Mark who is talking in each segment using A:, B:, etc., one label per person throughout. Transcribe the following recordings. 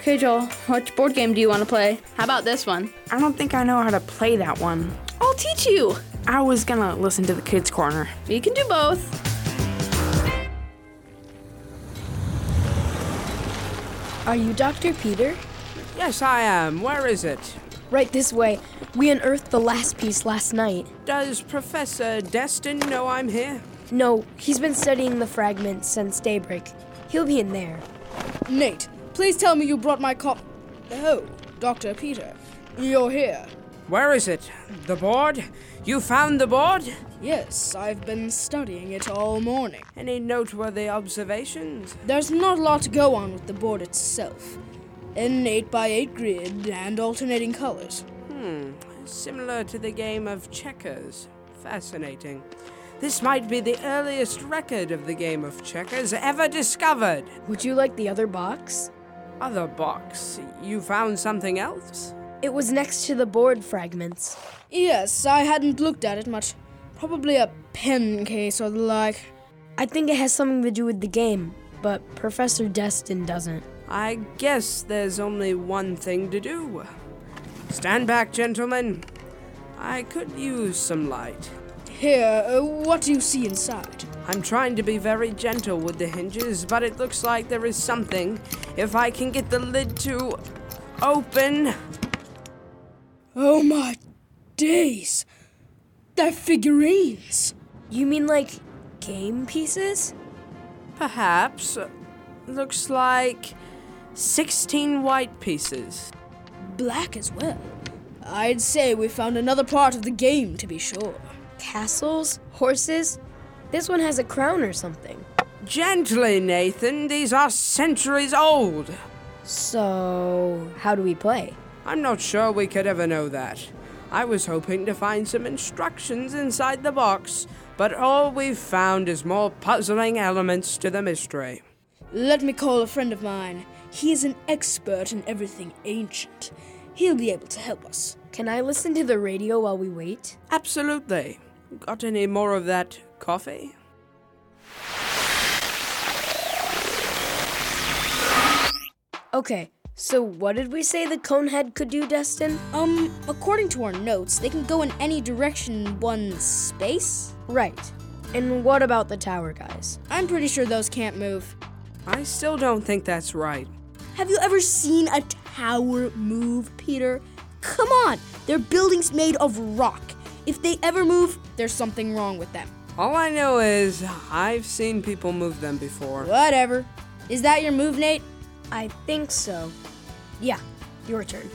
A: Okay, Joel, which board game do you want to play? How about this one?
B: I don't think I know how to play that one.
A: I'll teach you.
B: I was gonna listen to the kids' corner.
A: You can do both.
C: Are you Dr. Peter?
D: Yes, I am. Where is it?
C: Right this way. We unearthed the last piece last night.
D: Does Professor Destin know I'm here?
C: No, he's been studying the fragments since daybreak. He'll be in there.
E: Nate, please tell me you brought my cop. Oh, Dr. Peter, you're here.
D: Where is it? The board? You found the board?
E: Yes, I've been studying it all morning.
D: Any noteworthy observations?
E: There's not a lot to go on with the board itself. An 8x8 grid and alternating colors.
D: Similar to the game of checkers. Fascinating. This might be the earliest record of the game of checkers ever discovered.
C: Would you like the other box?
D: Other box, you found something else?
C: It was next to the board fragments.
E: Yes, I hadn't looked at it much. Probably a pen case or the like.
C: I think it has something to do with the game, but Professor Destin doesn't.
D: I guess there's only one thing to do. Stand back, gentlemen. I could use some light.
E: Here, uh, what do you see inside?
D: I'm trying to be very gentle with the hinges, but it looks like there is something. If I can get the lid to open.
E: Oh my days! They're figurines!
C: You mean like game pieces?
D: Perhaps. Looks like 16 white pieces.
E: Black as well. I'd say we found another part of the game to be sure.
C: Castles? Horses? This one has a crown or something.
D: Gently, Nathan, these are centuries old.
C: So, how do we play?
D: I'm not sure we could ever know that. I was hoping to find some instructions inside the box, but all we've found is more puzzling elements to the mystery.
E: Let me call a friend of mine. He is an expert in everything ancient. He'll be able to help us.
C: Can I listen to the radio while we wait?
D: Absolutely. Got any more of that coffee?
C: Okay, so what did we say the conehead could do, Destin?
E: Um, according to our notes, they can go in any direction in one space?
C: Right. And what about the tower guys?
E: I'm pretty sure those can't move.
D: I still don't think that's right.
F: Have you ever seen a tower move, Peter? Come on, their building's made of rock. If they ever move,
E: There's something wrong with them.
D: All I know is I've seen people move them before.
E: Whatever. Is that your move, Nate?
C: I think so. Yeah, your turn.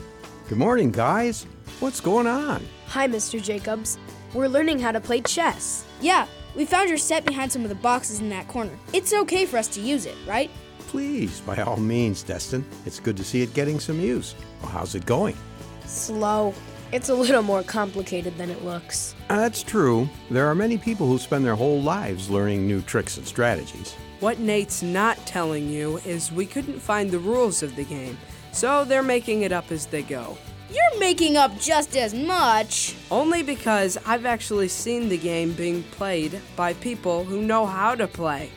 G: Good morning, guys. What's going on?
C: Hi, Mr. Jacobs. We're learning how to play chess.
E: Yeah, we found your set behind some of the boxes in that corner. It's okay for us to use it, right?
G: Please, by all means, Destin. It's good to see it getting some use. Well, how's it going?
C: Slow. It's a little more complicated than it looks.
G: Uh, That's true. There are many people who spend their whole lives learning new tricks and strategies.
D: What Nate's not telling you is we couldn't find the rules of the game, so they're making it up as they go.
E: You're making up just as much.
D: Only because I've actually seen the game being played by people who know how to play.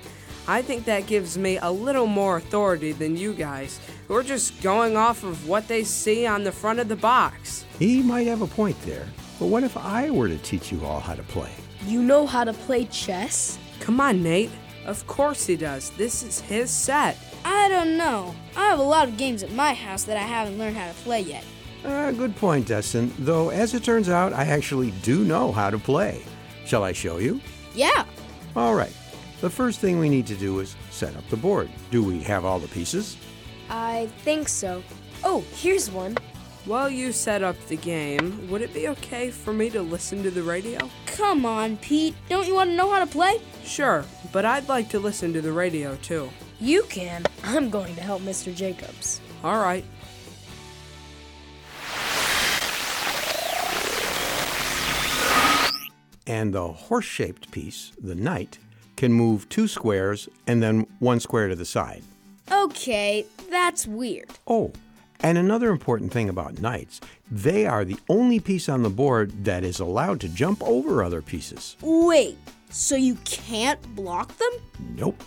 D: I think that gives me a little more authority than you guys, who are just going off of what they see on the front of the box.
G: He might have a point there, but what if I were to teach you all how to play?
C: You know how to play chess?
D: Come on, Nate. Of course he does. This is his set.
E: I don't know. I have a lot of games at my house that I haven't learned how to play yet.
G: Uh, good point, Destin. Though, as it turns out, I actually do know how to play. Shall I show you?
E: Yeah.
G: All right. The first thing we need to do is set up the board. Do we have all the pieces?
C: I think so. Oh, here's one.
D: While you set up the game, would it be okay for me to listen to the radio?
E: Come on, Pete. Don't you want to know how to play?
D: Sure, but I'd like to listen to the radio too.
C: You can. I'm going to help Mr. Jacobs.
D: All right.
G: And the horse shaped piece, the knight, can move two squares and then one square to the side.
E: Okay, that's weird.
G: Oh, and another important thing about knights, they are the only piece on the board that is allowed to jump over other pieces.
F: wait. So you can't block them?
G: Nope.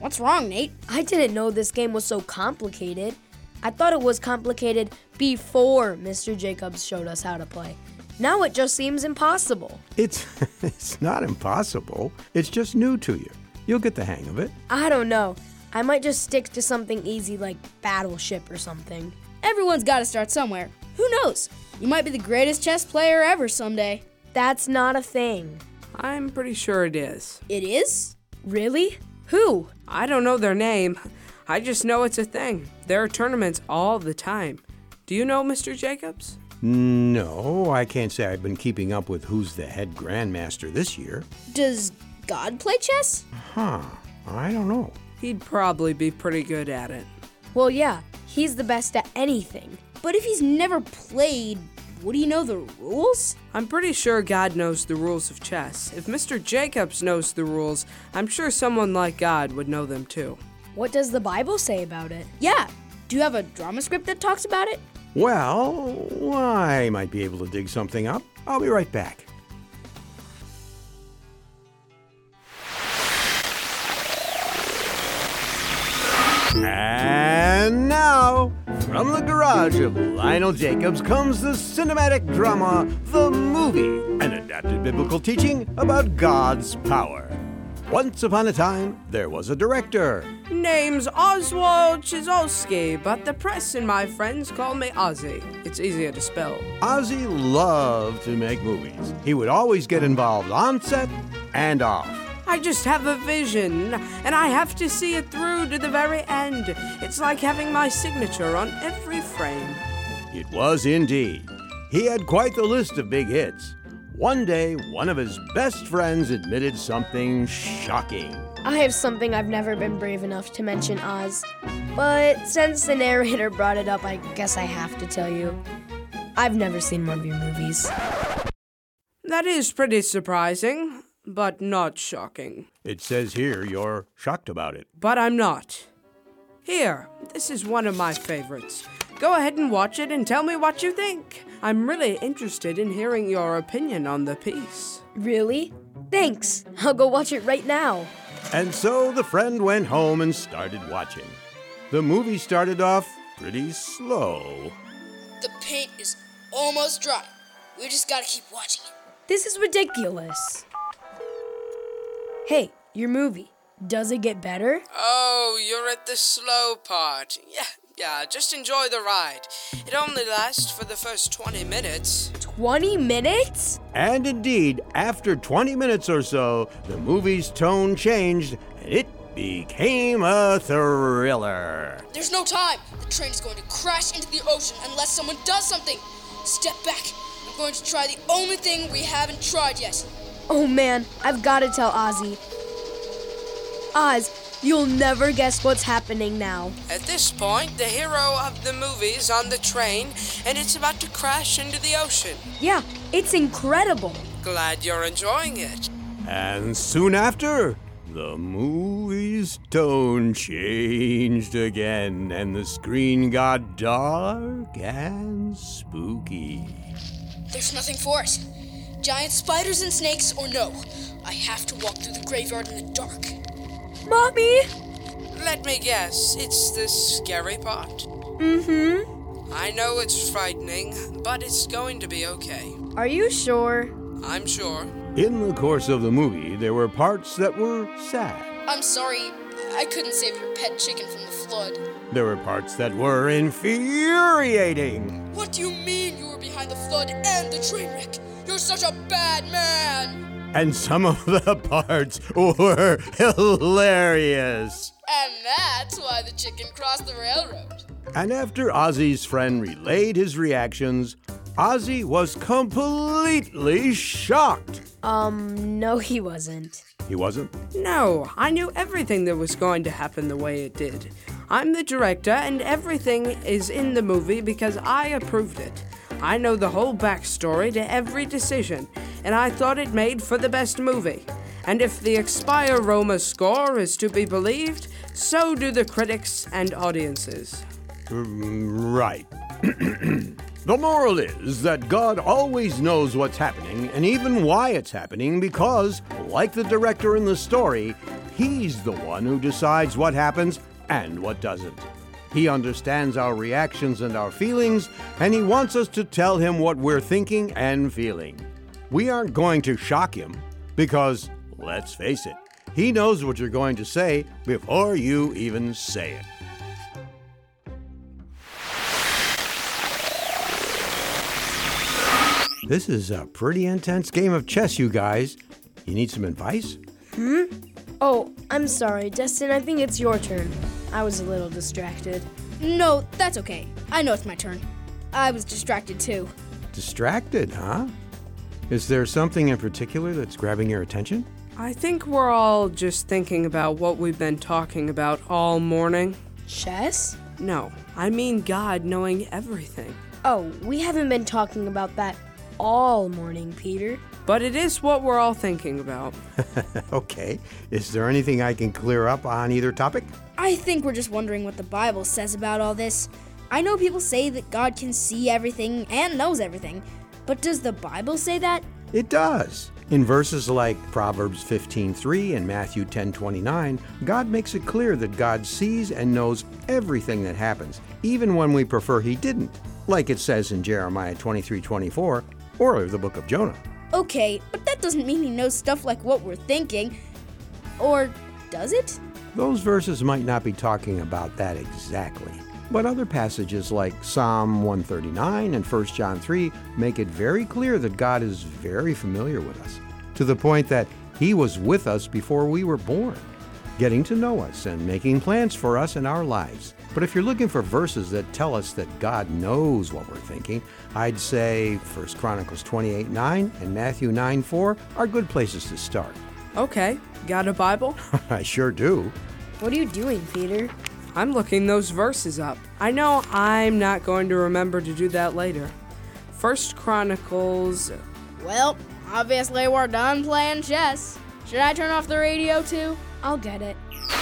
F: What's wrong, Nate?
C: I didn't know this game was so complicated. I thought it was complicated before Mr. Jacobs showed us how to play. Now it just seems impossible.
G: It's, it's not impossible, it's just new to you. You'll get the hang of it.
C: I don't know. I might just stick to something easy like Battleship or something.
E: Everyone's got to start somewhere. Who knows? You might be the greatest chess player ever someday.
C: That's not a thing.
D: I'm pretty sure it is.
E: It is?
C: Really? Who?
D: I don't know their name. I just know it's a thing. There are tournaments all the time. Do you know Mr. Jacobs?
G: No, I can't say I've been keeping up with who's the head grandmaster this year.
E: Does God play chess?
G: Huh, I don't know.
D: He'd probably be pretty good at it.
C: Well, yeah, he's the best at anything.
E: But if he's never played, would he know the rules?
D: I'm pretty sure God knows the rules of chess. If Mr. Jacobs knows the rules, I'm sure someone like God would know them too.
C: What does the Bible say about it?
E: Yeah. Do you have a drama script that talks about it?
G: Well, I might be able to dig something up. I'll be right back. And now, from the garage of Lionel Jacobs comes the cinematic drama, The Movie, an adapted biblical teaching about God's power. Once upon a time, there was a director.
D: Name's Oswald Chisolsky, but the press and my friends call me Ozzy. It's easier to spell.
G: Ozzy loved to make movies. He would always get involved on set and off.
D: I just have a vision, and I have to see it through to the very end. It's like having my signature on every frame.
G: It was indeed. He had quite the list of big hits. One day, one of his best friends admitted something shocking.
C: I have something I've never been brave enough to mention, Oz. But since the narrator brought it up, I guess I have to tell you. I've never seen one of your movies.
D: That is pretty surprising, but not shocking.
G: It says here you're shocked about it.
D: But I'm not. Here, this is one of my favorites. Go ahead and watch it and tell me what you think. I'm really interested in hearing your opinion on the piece.
C: Really? Thanks. I'll go watch it right now.
G: And so the friend went home and started watching. The movie started off pretty slow.
H: The paint is almost dry. We just gotta keep watching it.
C: This is ridiculous. Hey, your movie. Does it get better?
D: Oh, you're at the slow part. Yeah, yeah, just enjoy the ride. It only lasts for the first 20 minutes.
C: 20 minutes?
G: And indeed, after 20 minutes or so, the movie's tone changed and it became a thriller.
H: There's no time. The train's going to crash into the ocean unless someone does something. Step back. I'm going to try the only thing we haven't tried yet.
C: Oh man, I've gotta tell Ozzy. Oz, you'll never guess what's happening now.
D: At this point, the hero of the movie is on the train and it's about to crash into the ocean.
C: Yeah, it's incredible.
D: Glad you're enjoying it.
G: And soon after, the movie's tone changed again and the screen got dark and spooky.
H: There's nothing for it. Giant spiders and snakes, or no. I have to walk through the graveyard in the dark.
C: Mommy!
D: Let me guess, it's the scary part.
C: Mm hmm.
D: I know it's frightening, but it's going to be okay.
C: Are you sure?
D: I'm sure.
G: In the course of the movie, there were parts that were sad.
H: I'm sorry, I couldn't save your pet chicken from the flood.
G: There were parts that were infuriating.
H: What do you mean you were behind the flood and the train wreck? You're such a bad man!
G: And some of the parts were hilarious.
H: And that's why the chicken crossed the railroad.
G: And after Ozzy's friend relayed his reactions, Ozzy was completely shocked.
C: Um, no, he wasn't.
G: He wasn't?
D: No, I knew everything that was going to happen the way it did. I'm the director, and everything is in the movie because I approved it. I know the whole backstory to every decision, and I thought it made for the best movie. And if the Expire Roma score is to be believed, so do the critics and audiences.
G: Right. the moral is that God always knows what's happening and even why it's happening because, like the director in the story, He's the one who decides what happens and what doesn't. He understands our reactions and our feelings, and he wants us to tell him what we're thinking and feeling. We aren't going to shock him because, let's face it, he knows what you're going to say before you even say it. This is a pretty intense game of chess, you guys. You need some advice?
C: Oh, I'm sorry, Destin. I think it's your turn. I was a little distracted.
E: No, that's okay. I know it's my turn. I was distracted too.
G: Distracted, huh? Is there something in particular that's grabbing your attention?
D: I think we're all just thinking about what we've been talking about all morning.
C: Chess?
D: No, I mean God knowing everything.
C: Oh, we haven't been talking about that all morning, Peter.
D: But it is what we're all thinking about.
G: Okay. Is there anything I can clear up on either topic?
E: I think we're just wondering what the Bible says about all this. I know people say that God can see everything and knows everything, but does the Bible say that?
G: It does. In verses like Proverbs 15:3 and Matthew 10:29, God makes it clear that God sees and knows everything that happens, even when we prefer he didn't, like it says in Jeremiah 23:24 or the book of Jonah.
E: Okay, but that doesn't mean he knows stuff like what we're thinking. Or does it?
G: Those verses might not be talking about that exactly, but other passages like Psalm 139 and 1 John 3 make it very clear that God is very familiar with us, to the point that He was with us before we were born, getting to know us and making plans for us in our lives. But if you're looking for verses that tell us that God knows what we're thinking, I'd say 1 Chronicles 28 9 and Matthew 9 4 are good places to start.
D: Okay, got a Bible?
G: I sure do.
C: What are you doing, Peter?
D: I'm looking those verses up. I know I'm not going to remember to do that later. First Chronicles.
E: Well, obviously we're done playing chess. Should I turn off the radio too?
C: I'll get it.